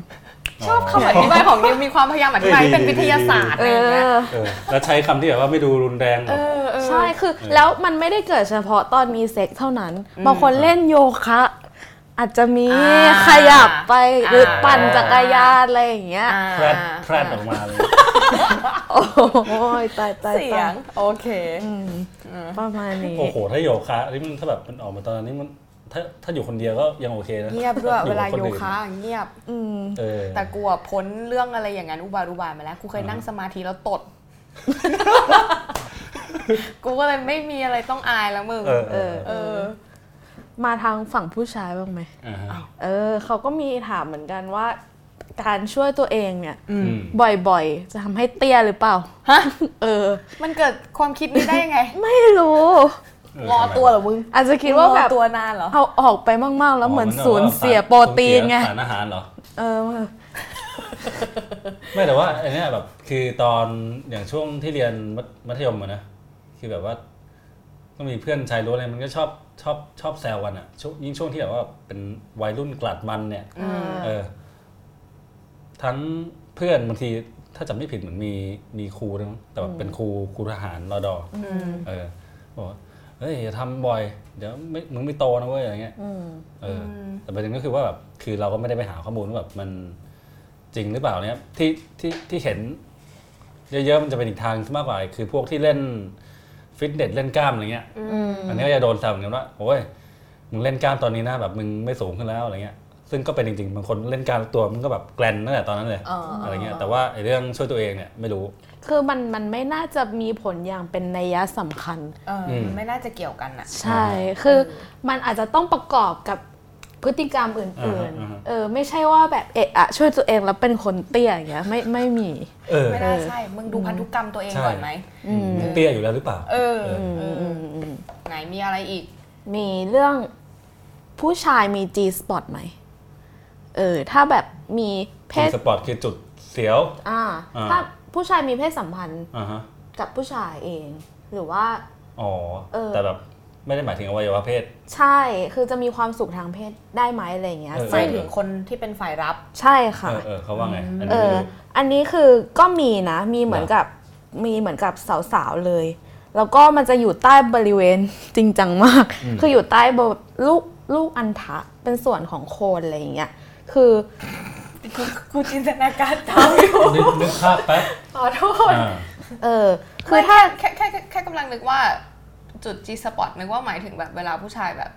Speaker 3: ชอบคำอธิบายของนิวมีความพยายามอธิบายให้เป็นวิทยาศาสตร์อะ
Speaker 4: เอ
Speaker 3: ไรอย่างเงี้ย
Speaker 4: อ
Speaker 1: เออแล้วใช้คำที่แบบว่าไม่ดูรุนแรงหรอก
Speaker 3: เออเออ
Speaker 4: ใช่ คือ แล้วมันไม่ได้เกิดเฉพาะตอนมีเซ็กซ์เท่านั้น บางคนเล่นโยคะ อาจจะมี
Speaker 3: อ่า
Speaker 4: ขยับไปหรืออา ปั่นจักรยานอะไรอย่างเงี้ย
Speaker 3: อ่า
Speaker 1: แพรดแพรดออกมาเลย
Speaker 4: โอ้ยตายตาย
Speaker 3: เสีย
Speaker 4: ตาง ย
Speaker 3: โอเค
Speaker 4: ประมาณนี้
Speaker 1: โอ้โห ถ้าโยคะนี่มันถ้าแบบมันออกมาตอนนี้มันถ้าถ้าอยู่คนเดียวก็ยังโอเคนะ
Speaker 3: เงียบด้วย
Speaker 1: ถ้
Speaker 3: เวลา
Speaker 1: กับน
Speaker 3: โย
Speaker 1: อื่น
Speaker 3: คะเงียบ
Speaker 4: อืม
Speaker 1: เออ
Speaker 3: แต่กลัวพ้นเรื่องอะไรอย่างนั้นอุบารุบาลมาแล้วกูเคยนั่งสมาธิแล้วตด กูก็เลยไม่มีอะไรต้องอายแล้วมึง
Speaker 1: เออเออ
Speaker 3: เออ
Speaker 4: มาทางฝั่งผู้ชายบ้างไหม
Speaker 1: อ่าฮะ
Speaker 4: เออ เขาก็มีถามเหมือนกันว่า การช่วยตัวเองเนี่ย
Speaker 1: อืม
Speaker 4: บ่อยๆ จะทำให้เตี้ยหรือเปล่า ฮะ เออ
Speaker 3: มันเกิดความคิดนี้ได้ยังไง
Speaker 4: ไม่รู้
Speaker 1: เ
Speaker 3: งอตัวเหรอมึง
Speaker 4: อาจจะคิดว่าแบบ
Speaker 3: ตัวนานเหรอ
Speaker 4: เอาออกไปมากๆ แล้วเหมือนสูญเสียโปรตีนไง
Speaker 1: สารอาหารเหรอ
Speaker 4: เออ
Speaker 1: ไม่แต่ว่าอันเนี้ยแบบคือตอนอย่างช่วงที่เรียนมัธมัธยมอะนะคือแบบว่าก็มีเพื่อนชายล้วนอะไรมันก็ชอบชอบชอบแซวกันอะช่วงยิ่งช่วงที่แบบว่าเป็นวัยรุ่นกลัดมันเนี่ย เออ ทั้งเพื่อนบางทีถ้าจำไม่ผิดเหมือนมีมีครูนะแต่แบบเป็นครูครูทหารรอดออเออบอกว่าเฮ้ยอย่าทำบ่อย เดี๋ยวไม่มึงไม่โตนะเว้ยอะไรเงี้ยเอออ แต่ประเด็นก็คือว่าแบบคือเราก็ไม่ได้ไปหาข้อมูลว่าแบบมันจริงหรือเปล่าเนี้ยที่ที่ที่เห็น เยอะๆมันจะเป็นอีกทางมากกว่าคือพวกที่เล่นฟิตเนสเล่นกล้ามอะไรเงี้ย
Speaker 4: อืม
Speaker 1: อันนี้ก็จะโดนแซวเหมือนกันว่าโอ้ยมึงเล่นกล้ามตอนนี้นะแบบมึงไม่สูงขึ้นแล้วอะไรเงี้ย ซึ่งก็เป็นจริงๆบางคนเล่นกล้ามตัวมันก็แบบแกลนนั่นแหละตอนนั้นเลย
Speaker 3: อ๋ออ
Speaker 1: อะไรเงี้ยแต่ว่าไอ้เรื่องช่วยตัวเองเนี่ยไม่รู้
Speaker 4: คือมันมันไม่น่าจะมีผลอย่างเป็นนัยสำคัญ
Speaker 3: เออ
Speaker 1: ม
Speaker 3: มันไม่น่าจะเกี่ยวกันอะ
Speaker 4: ใช่ คือมันอาจจะต้องประกอบกับพฤติกรรมอื่น
Speaker 1: อ่าฮะอ่าฮะ
Speaker 4: ๆ เออ ไม่ใช่ว่าแบบเอะอะช่วยตัวเองแล้วเป็นคนเตี้ยอย่างเงี้ย ไม่ไม่มี
Speaker 1: เออ
Speaker 3: ไม่น่าใช่ มึงดูพันธุกรรมตัวเอง
Speaker 1: ใช่
Speaker 3: ก่อนไหม
Speaker 1: มึงเตี้ยอยู่แล้วหรือเปล่า
Speaker 3: เออ
Speaker 1: เออ
Speaker 3: เออไหนมีอะไรอีก
Speaker 4: มีเรื่องผู้ชายมี G spot ไหม เออ ถ้าแบบมีเพ
Speaker 1: ที
Speaker 4: ศ
Speaker 1: สปอร์ตคือจุดเสียว
Speaker 4: อ่า
Speaker 1: อ่า
Speaker 4: ถ้าผู้ชายมีเพศสัมพันธ์
Speaker 1: อ่าฮะ
Speaker 4: กับผู้ชายเอง หรือว่า
Speaker 1: อ๋อ
Speaker 4: เออ
Speaker 1: แต่แบบไม่ได้หมายถึงอวัยวะเพศ
Speaker 4: ใช่ คือจะมีความสุขทางเพศได้ไหมอะไรอย่างเงี้ย
Speaker 1: เออ
Speaker 3: หมา
Speaker 4: ซึ่
Speaker 3: ย
Speaker 4: ง
Speaker 3: ถึงคนที่เป็นฝ่ายรับ
Speaker 4: ใช่
Speaker 1: เอ
Speaker 4: ค่ะ
Speaker 1: อเออเขาว่าไงอัน
Speaker 4: เอ
Speaker 1: นี้ไม่
Speaker 4: อ
Speaker 1: รู้
Speaker 4: อันนี้คือก็มีนะ มีเหมือ
Speaker 1: เห
Speaker 4: น
Speaker 1: รอ
Speaker 4: กับ มีเหมือนกับสาวๆเลย แล้วก็มันจะอยู่ใต้บริเวณ จริงจังมาก
Speaker 1: อืม
Speaker 4: คืออยู่ใต้บริลูกลูกอันทะเป็นส่วนของโคนอะไรอย่างเงี้ยคือ
Speaker 3: กูจินตนาการตามอยู่
Speaker 1: นึกนึกภาพแป๊บ
Speaker 3: ขอโทษ
Speaker 1: อ่า
Speaker 4: เออคือถ้า
Speaker 3: แค่แค่แค่แค่กำลังนึกว่าจุด G spot นึกว่าหมายถึงแบบเวลาผู้ชายแบบ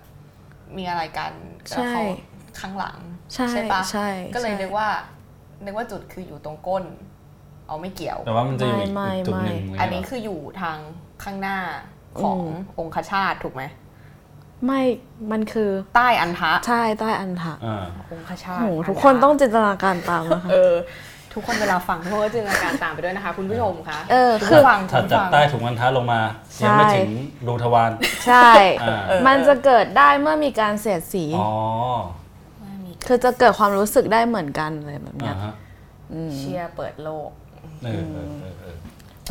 Speaker 3: มีอะไรกัน
Speaker 4: ใช่
Speaker 3: แล้วเขาข้างหลัง
Speaker 4: ใช่
Speaker 3: ปะ
Speaker 4: ใช่
Speaker 3: ก็เลย
Speaker 4: ใช่
Speaker 3: นึกว่า นึกว่าจุดคืออยู่ตรงก้น เอาไม่เกี่ยว
Speaker 1: แต่ว่ามันจะอยู่อีก
Speaker 4: ไม่
Speaker 1: อีกจุดหนึ่ง
Speaker 4: ไม่
Speaker 3: อันนี้คืออยู่ทางข้างหน้าขององคชาตถูกไหม
Speaker 4: ไม่มันคือ
Speaker 3: ใต้อันทะ
Speaker 4: ใช่ใต้อันทะ
Speaker 1: อ่า
Speaker 3: องคชาต
Speaker 4: โหทุกคนต้องจินตนาการตามนะคะ
Speaker 3: เออ ทุกคนเวลาฟังทุกคนก็จินตนาการตามไปด้วยนะคะ คุณผู้ชมคะ
Speaker 4: เออ
Speaker 3: คุณ
Speaker 4: คือ
Speaker 3: ผู้ฟังคุ
Speaker 1: ถัด
Speaker 3: ณผู้
Speaker 1: จาก
Speaker 3: ฟัง
Speaker 1: ใต้ถุงวันท้าลงมา
Speaker 4: ใช่
Speaker 1: ยังไม่ถึงรูทวาร
Speaker 4: ใช่
Speaker 1: อ่า
Speaker 3: เออ
Speaker 4: มันจะเกิดได้เมื่อมีการเสียดสี
Speaker 1: อ๋อ
Speaker 4: คือจะเกิดความรู้สึกได้เหมือนกันอะไรแบบเนี้
Speaker 1: อ่าย ฮะ
Speaker 4: อืม
Speaker 3: เชียร์เปิดโลก
Speaker 1: เออเออเออเออ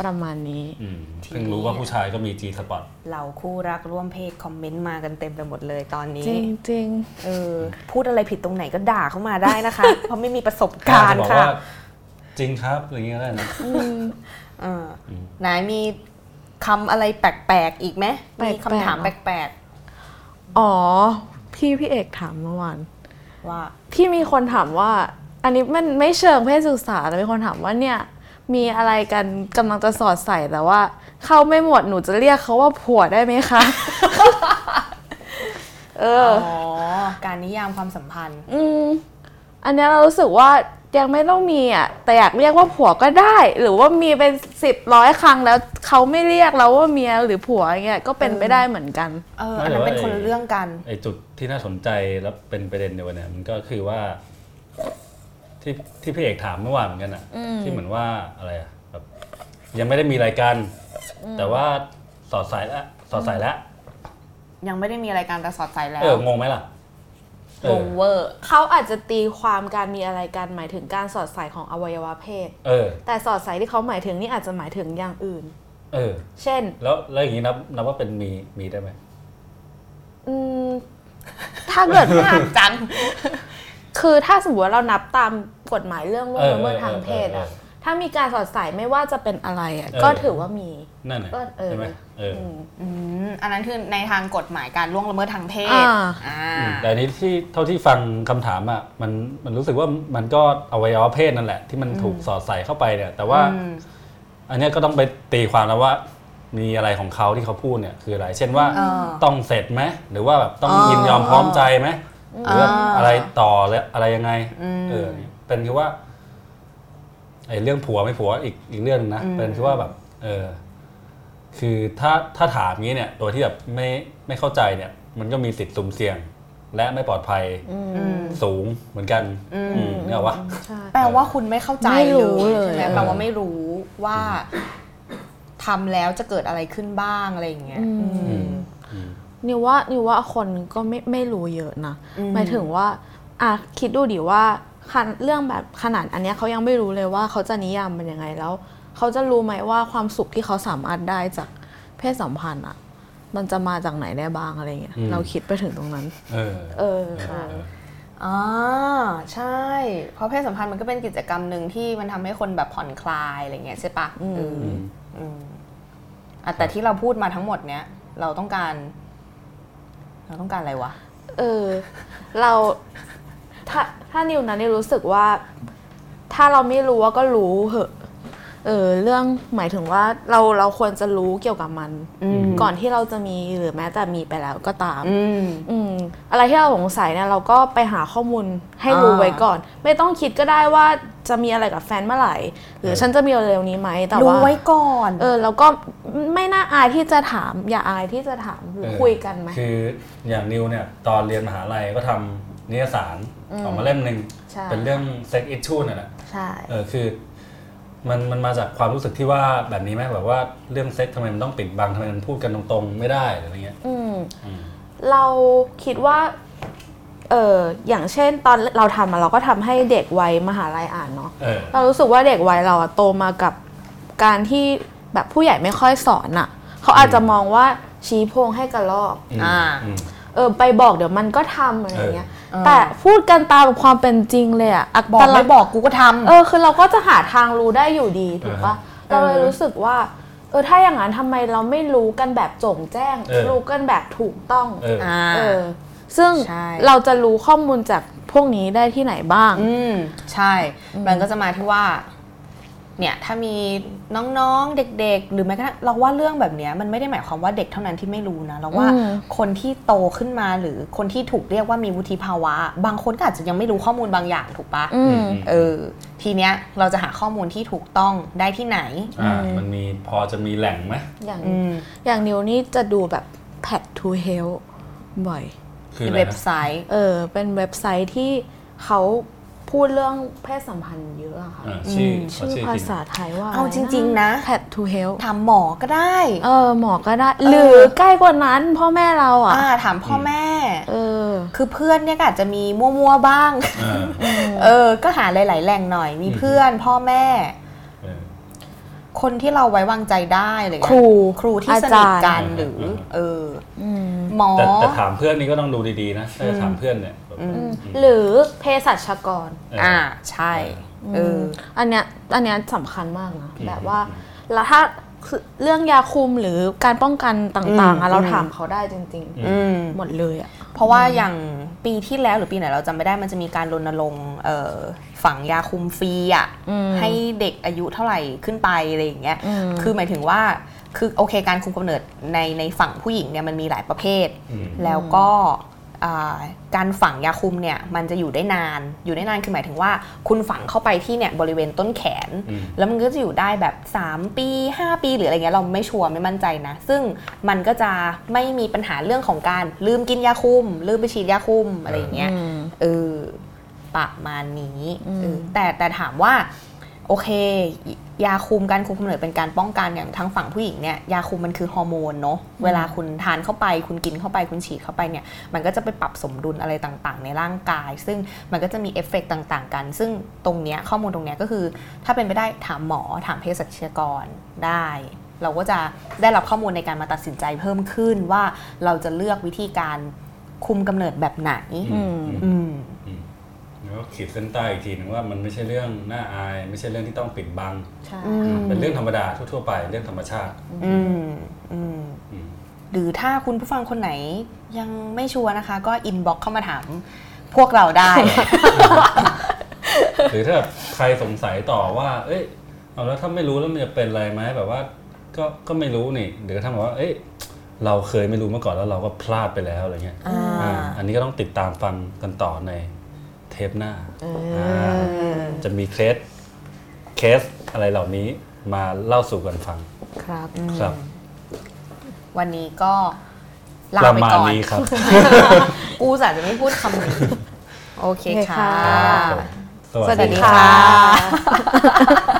Speaker 4: ประมาณนี้
Speaker 1: อืมเพิ่งรู้ว่าผู้ชายก็มี G spot
Speaker 3: เราคู่รักร่วมเพศคอมเมนต์มากันเต็มไปหมดเลยตอนนี้
Speaker 4: จริงจริง
Speaker 3: เออ พูดอะไรผิดตรงไหนก็ด่าเข้ามาได้นะคะ [LAUGHS] เพราะไม่มีประสบ
Speaker 1: กา
Speaker 3: การ
Speaker 1: จะบ
Speaker 3: รณ์
Speaker 1: อก
Speaker 3: ค่ะ
Speaker 1: ว่าจริงครับอะไรอย่างเงี้ยก็ได้นะ
Speaker 3: เออไหนมีคำอะไรแปลกๆอีกไหมมีคำถามแปลก
Speaker 4: ๆอ๋อ พี่พี่เอกถามเมื่อวาน
Speaker 3: ๆว่า
Speaker 4: ที่มีคนถามว่า อันนี้มันไม่เชิงเพศศึกษาแต่มีคนถามว่าเนี่ย มีอะไรกันกำลังจะสอดใส่แต่ว่า เข้าไม่หมดหนูจะเรียกเขาว่าผัวได้ไหมคะ
Speaker 1: [LAUGHS]
Speaker 4: เออ
Speaker 3: อ๋อ การนิยามความสัมพันธ์
Speaker 4: อืมอันเนี้ยเรารู้สึกว่ายังไม่ต้องมีอ่ะ แต่อยากเรียกว่าผัวก็ได้ หรือว่ามีเป็นสิบร้อยครั้งแล้วเขาไม่เรียกเราว่าเมียหรือผัวอย่างเงี้ยก็เป็นไปได้เหมือนกัน
Speaker 3: เออ
Speaker 1: ไม่
Speaker 3: อันนั้น
Speaker 1: แต่ว่า
Speaker 3: เป็นคนละเรื่องกัน
Speaker 1: ไอจุดที่น่าสนใจแล้วเป็นประเด็นในวันเนี้ยมันก็คือว่า ที่ที่พี่เอกถามเมื่อวานเหมือนกันอะที่เหมือนว่าอะไรอะแบบยังไม่ได้มีรายการแต่ว่าสอดสายแล้วสอดสายแล้ว
Speaker 3: ยังไม่ได้มีอะไรายการแต่สอดใส่แล้
Speaker 1: เอ
Speaker 3: ว
Speaker 1: องงไหมล่ะเออ
Speaker 4: งงเวอร์เขาอาจจะตีความการมีอะไรกันหมายถึงการสอดใส่ของอวัยวะเพศ
Speaker 1: เออ
Speaker 4: แต่สอดใส่ที่เขาหมายถึงนี่อาจจะหมายถึงอย่างอื่น
Speaker 1: เออ
Speaker 4: เช่น
Speaker 1: แล้วแล้วอย่างนี้นับนับว่าเป็นมีมีได้ไหม
Speaker 4: อืมถ้าเกิด [LAUGHS] ว่า
Speaker 3: จัง
Speaker 4: คือถ้าสมมติว่าเรานับตามกฎหมายเรื่องล่วง
Speaker 1: เออ
Speaker 4: ละเมิดทางเพศ
Speaker 1: เอ
Speaker 4: อ่ะ
Speaker 1: อเออเอ
Speaker 4: ถ้ามีการสอดใส่ไม่ว่าจะเป็นอะไรอ่ะ
Speaker 1: เออ
Speaker 4: ก็ถือว่ามี
Speaker 1: นั่นแหละ
Speaker 4: ก็เออ
Speaker 1: ใช่ไหมเอออ
Speaker 4: อืม
Speaker 3: อืม อันนั้นคือในทางกฎหมายการล่วงละเมิดทางเพศ
Speaker 4: อ่า
Speaker 3: อ่า
Speaker 1: อืมแต่อันนี้ที่เท่าที่ฟังคำถามอ่ะมันมันรู้สึกว่ามันก็อวัยวะเพศนั่นแหละ ที่มันถูกสอดใส่เข้าไปเนี่ย แต่ว่า
Speaker 3: อืม
Speaker 1: อันเนี้ยก็ต้องไปตีความแล้วว่า มีอะไรของเขาที่เขาพูดเนี่ยคืออะไร เช่นว่า
Speaker 3: เออ
Speaker 1: ต้องเสร็จไหมหรือว่าแบบต้อง
Speaker 3: อ๋อ
Speaker 1: ยินยอมพร้อมใจไหมหรือว่า
Speaker 3: อ่า
Speaker 1: อะไรต่อและอะไรยังไง
Speaker 3: อืม
Speaker 1: เออเป็นคือว่าไอ้เรื่องผัวไม่ผัวอีกอีกเรื่องหนึ่งนะ
Speaker 3: อืม
Speaker 1: เป็นคือว่าแบบ เออ คือถ้าถ้าถามงี้เนี่ยโดยที่แบบไม่ไม่เข้าใจเนี่ย มันก็มีสิทธิ์สุ่มเสี่ยง และไม่ปลอดภัย
Speaker 3: อืม
Speaker 1: สูงเหมือนกัน
Speaker 3: อืม
Speaker 1: อืมเนี่ยเหรอวะ
Speaker 4: ใช่
Speaker 3: แปลว่าคุณไม่เข้าใจ
Speaker 4: ไม่รู้
Speaker 3: ใช่ไหม
Speaker 4: เลย
Speaker 3: แปลว่าไม่รู้ว่าทำแล้วจะเกิดอะไรขึ้นบ้างอะไรอย่างเงี้ยอืม
Speaker 4: นิวว่านิวว่าคนก็ไม่ไม่รู้เยอะนะ
Speaker 3: อืม
Speaker 4: หมายถึงว่าอ่ะคิดดูดิว่าขนเรื่องแบบขนาดอันเนี้ยเขายังไม่รู้เลยว่าเขาจะนิยามมันยังไงแล้ว เขาจะรู้ไหมว่าความสุขที่เขาสามารถได้จากเพศสัมพันธ์อ่ะ มันจะมาจากไหนได้บ้างอะไรเงี้ย
Speaker 1: อืม
Speaker 4: เราคิดไปถึงตรงนั้น
Speaker 1: เออ
Speaker 4: เออ
Speaker 1: เออเออ
Speaker 3: อ่าใช่ เพราะเพศสัมพันธ์มันก็เป็นกิจกรรมหนึ่งที่มันทำให้คนแบบผ่อนคลายอะไรเงี้ยใช่ปะเอออ
Speaker 1: ม
Speaker 3: อืมอ่ะแต่ที่เราพูดมาทั้งหมดเนี้ยเราต้องการ เราต้องการอะไรวะ
Speaker 4: เออ เราถ้าถ้านิวนะนิวรู้สึกว่า ถ้าเราไม่รู้ว่าก็รู้เหอะเออเรื่องหมายถึงว่าเราเราควรจะรู้เกี่ยวกับมัน ก่อนที่เราจะมีหรือแม้แต่มีไปแล้วก็ตาม
Speaker 3: อืม
Speaker 4: อืมอะไรที่เราสงสัยเนี่ยเราก็ไปหาข้อมูลให้รู้
Speaker 3: อ่า
Speaker 4: ไว้ก่อน ไม่ต้องคิดก็ได้ว่าจะมีอะไรกับแฟนเมื่อไหร่ หรือ
Speaker 1: เออ
Speaker 4: ฉันจะมีเร็วๆนี้ไหมแต่
Speaker 3: รู้
Speaker 4: ว่า
Speaker 3: ไว้ก่อน
Speaker 4: เออเราก็ไม่น่าอายที่จะถาม อย่าอายที่จะถามหรือคุยกันไหม
Speaker 1: คืออย่างนิวเนี่ย ตอนเรียนมหาลัยก็ทำนิยสารออกมาเล่มหนึ่ง
Speaker 4: ใช่
Speaker 1: เป็นเรื่องเซ็กอิชชูนั่นแหละ
Speaker 4: ใช่
Speaker 1: เออคือมันมันมาจากความรู้สึกที่ว่าแบบนี้ไหมแบบว่าเรื่องเซ็กทำไมมันต้องปิดบังทำไมมันพูดกันตรงๆ ไม่ได้หรืออะไรเงี้ย
Speaker 4: อืม
Speaker 1: อืม
Speaker 4: เราคิดว่า เอออย่างเช่นตอนเราทำอะเราก็ทำให้เด็กวัยมหาลัยอ่านเนาะ
Speaker 1: เออ
Speaker 4: เรารู้สึกว่าเด็กวัยเราอะโตมากับการที่แบบผู้ใหญ่ไม่ค่อยสอนอะเขาอาจจะมองว่าชี้โพรงให้กระลอก
Speaker 1: อืม
Speaker 3: อ่า
Speaker 1: อืม
Speaker 4: เออไปบอกเดี๋ยวมันก็ทำอะไรอย่างเงี้ย
Speaker 3: เออ
Speaker 4: แต่พูดกันตามความเป็นจริงเลยอะอัก
Speaker 3: บอก
Speaker 4: ตลั
Speaker 3: ไม่
Speaker 4: กษณ์
Speaker 3: บอกกูก็ทำ
Speaker 4: เออคือเราก็จะหาทางรู้ได้อยู่ดีถูกปะ
Speaker 1: อ่าฮะ
Speaker 4: เราเลยรู้สึกว่า เออถ้าอย่างนั้นทำไมเราไม่รู้กันแบบโจ่งแจ้ง
Speaker 1: เออ
Speaker 4: รู้กันแบบถูกต้อง
Speaker 1: เออ
Speaker 3: อ่า
Speaker 4: เออ ซึ่ง
Speaker 3: ใช่
Speaker 4: เราจะรู้ข้อมูลจากพวกนี้ได้ที่ไหนบ้าง
Speaker 3: อืมใช่ มันก็จะมาที่ว่า เนี่ยถ้ามีน้องๆเด็ก ๆ หรือแม้กระทั่งเราว่าเรื่องแบบเนี้ยมันไม่ได้หมายความว่าเด็กเท่านั้นที่ไม่รู้นะเราว่า
Speaker 4: อืม
Speaker 3: คนที่โตขึ้นมาหรือคนที่ถูกเรียกว่ามีวุฒิภาวะ บางคนก็อาจจะยังไม่รู้ข้อมูลบางอย่างถูกปะ
Speaker 4: อืม
Speaker 3: เออทีเนี้ยเราจะหาข้อมูลที่ถูกต้องได้ที่ไหน
Speaker 1: อ่ามันมีพอจะมีแหล่งไหม
Speaker 4: อย่าง
Speaker 3: อืม
Speaker 4: อย่างนิวนี่จะดูแบบ p a t to Health บ่อย
Speaker 1: คืออะไร
Speaker 3: เว็บ
Speaker 1: นะ
Speaker 3: ไซต์
Speaker 4: เออ เป็นเว็บไซต์ที่เขาพูดเรื่องเพศสัมพันธ์เยอะอะค่ะ
Speaker 1: อ่าชื่อขอ
Speaker 4: ชื่อ
Speaker 1: ชื่อจ
Speaker 4: ภา
Speaker 1: ริง
Speaker 4: ษาไทยว่า
Speaker 3: เอาจริงๆนะ
Speaker 4: แพททูเฮล
Speaker 3: ถามหมอก็ได้
Speaker 4: เออ หมอก็ได้ หรือใกล้กว่านั้นพ่อแม่เราอ่ะ
Speaker 3: อ่าถามพ่อแม่
Speaker 4: เออ
Speaker 3: คือเพื่อนเนี่ยก็อาจจะมีมั่วๆบ้าง
Speaker 1: อ่า
Speaker 3: เออ ก็หาหลาย ๆ แหล่งหน่อย มีเพื่อนพ่อแม่
Speaker 1: เออ
Speaker 3: คนที่เราไว้วางใจได้อะไรเลย
Speaker 4: ครู
Speaker 3: ครูที่สนิทกัน
Speaker 1: อาจารย์
Speaker 3: หรือ เออ
Speaker 4: อืม
Speaker 3: หมอ
Speaker 1: แต่แต่ถามเพื่อนนี่ก็ต้องดูดีๆนะถ้าจะถามเพื่อนเนี่ยแบบ
Speaker 4: อืมหรือเภสัชกร
Speaker 1: เอออ
Speaker 3: อ่า ใช่ เออ
Speaker 4: มอันเนี้ยอันเนี้ยสำคัญมากนะ
Speaker 1: อืม
Speaker 4: แบบว่าแล้วถ้าคือเรื่องยาคุมหรือการป้องกันต่างๆ
Speaker 3: อื
Speaker 4: อะ
Speaker 3: ม
Speaker 4: เราถามเขาได้จริง
Speaker 1: อื
Speaker 3: อืม
Speaker 4: ๆ หมดเลยอะ
Speaker 3: เพราะว่าอย่างปีที่แล้วหรือปีไหนเราจำไม่ได้มันจะมีการรณรงค์เอ่อฝังยาคุมฟรีอ่ะ ให้เด็กอายุเท่าไหร่ขึ้นไปอะไรอย่างเงี้ย คือหมายถึงว่า คือโอเคการคุมกำเนิดในในฝั่งผู้หญิงเนี่ยมันมีหลายประเภท
Speaker 1: อืม
Speaker 3: แล้วก็อ่าการฝังยาคุมเนี่ยมันจะอยู่ได้นาน อยู่ได้นานคือหมายถึงว่า คุณฝังเข้าไปที่เนี่ยบริเวณต้นแขน
Speaker 1: อืม
Speaker 3: แล้วมันก็จะอยู่ได้แบบ 3 ปี 5 ปีหรืออะไรเงี้ยเราไม่ชัวร์ไม่มั่นใจนะ ซึ่งมันก็จะไม่มีปัญหาเรื่องของการลืมกินยาคุม ลืมไปฉีดยาคุมอะไรอย่างเงี้ย
Speaker 4: อืม
Speaker 3: เออประมาณนี้
Speaker 4: อืม
Speaker 3: เออแต่แต่ถามว่า โอเค ยาคุมการคุมกำเนิดเป็นการป้องกันอย่างทางฝั่งผู้หญิงเนี่ยยาคุมมันคือฮอร์โมนเนาะเวลาคุณทานเข้าไป คุณกินเข้าไปคุณฉีดเข้าไปเนี่ย มันก็จะไปปรับสมดุลอะไรต่างๆ ในร่างกาย ซึ่งมันก็จะมีเอฟเฟกต์ต่าง ๆ กัน ซึ่งตรงเนี้ยข้อมูลตรงเนี้ยก็คือ ถ้าเป็นไปได้ถามหมอถามเภสัชกรได้ เราก็จะได้รับข้อมูลในการมาตัดสินใจเพิ่มขึ้นว่าเราจะเลือกวิธีการคุมกำเนิดแบบไหน
Speaker 1: อืมอืม
Speaker 3: อืม
Speaker 1: แล้วก็ขีดเส้นใต้อีกทีหนึงว่ามันไม่ใช่เรื่องน่าอาย ไม่ใช่เรื่องที่ต้องปิดบัง
Speaker 4: ใช่
Speaker 3: อืม
Speaker 1: เป็นเรื่องธรรมดาทั่วๆไปเรื่องธรรมชาติ
Speaker 3: อืมอืม
Speaker 1: อืม
Speaker 3: หรือถ้าคุณผู้ฟังคนไหนยังไม่ชัวร์นะคะ ก็อินบ็อกเข้ามาถามพวกเราได้
Speaker 1: หรือถ้าแบบใครสงสัยต่อว่า เอ้ย เอาแล้วถ้าไม่รู้แล้วมันจะเป็นอะไรไหมแบบว่า ก็ก็ไม่รู้นี่หรือถ้าบอกว่า เอ้ย เราเคยไม่รู้มาก่อนแล้วเราก็พลาดไปแล้วอะไรเงี้ย
Speaker 3: อ่า
Speaker 1: อ่าอันนี้ก็ต้องติดตามฟังกันต่อในเทปหน้าาจะมีเคสเคสอะไรเหล่านี้มาเล่าสู่กันฟัง
Speaker 4: ครับ
Speaker 1: ครับ
Speaker 3: วันนี้ก็ลา
Speaker 1: ประ
Speaker 3: ไป
Speaker 1: มาณ
Speaker 3: ก่อน
Speaker 1: นี้ครับ
Speaker 4: [LAUGHS]
Speaker 3: กูสาจะไม่พูดคำนี้ โอเค
Speaker 4: โอเค
Speaker 3: ค่ะ
Speaker 4: ค่ะ
Speaker 1: ครับผม
Speaker 3: สวัสดีค่ะ